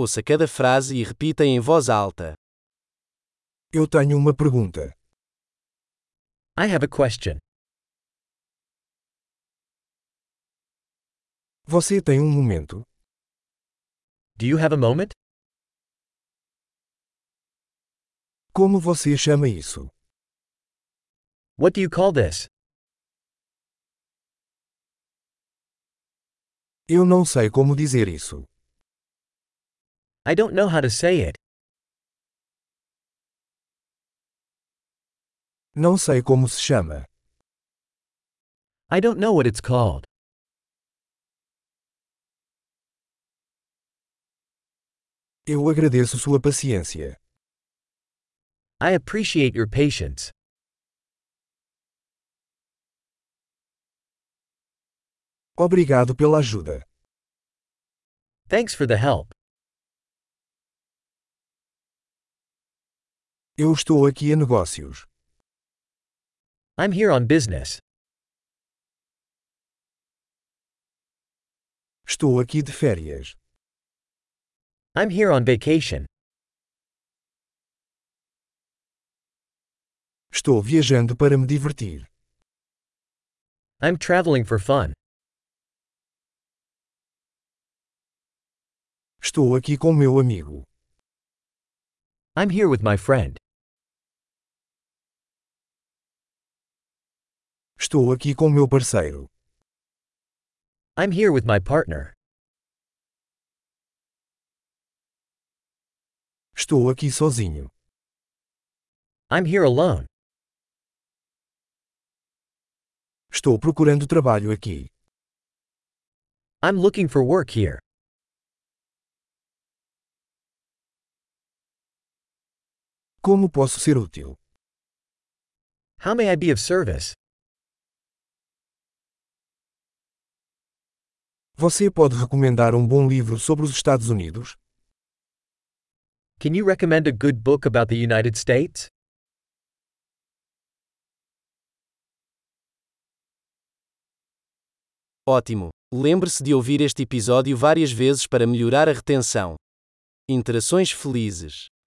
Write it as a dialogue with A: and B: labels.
A: Ouça cada frase e repita em voz alta.
B: Eu tenho uma pergunta.
C: I have a question.
B: Você tem um momento?
C: Do you have a moment?
B: Como você chama isso?
C: What do you call this?
B: Eu não sei como dizer isso.
C: I don't know how to say it.
B: Não sei como se chama.
C: I don't know what it's called.
B: Eu agradeço sua paciência.
C: I appreciate your patience.
B: Obrigado pela ajuda.
C: Thanks for the help.
B: Eu estou aqui a negócios.
C: I'm here on business.
B: Estou aqui de férias.
C: I'm here on vacation.
B: Estou viajando para me divertir.
C: I'm traveling for fun.
B: Estou aqui com meu amigo.
C: I'm here with my friend.
B: Estou aqui com meu parceiro.
C: I'm here with my partner.
B: Estou aqui sozinho.
C: I'm here alone.
B: Estou procurando trabalho aqui.
C: I'm looking for work here.
B: Como posso ser útil?
C: How may I be of service?
B: Você pode recomendar um bom livro sobre os Estados Unidos?
C: Can you recommend a good book about the United States?
A: Ótimo! Lembre-se de ouvir este episódio várias vezes para melhorar a retenção. Interações felizes.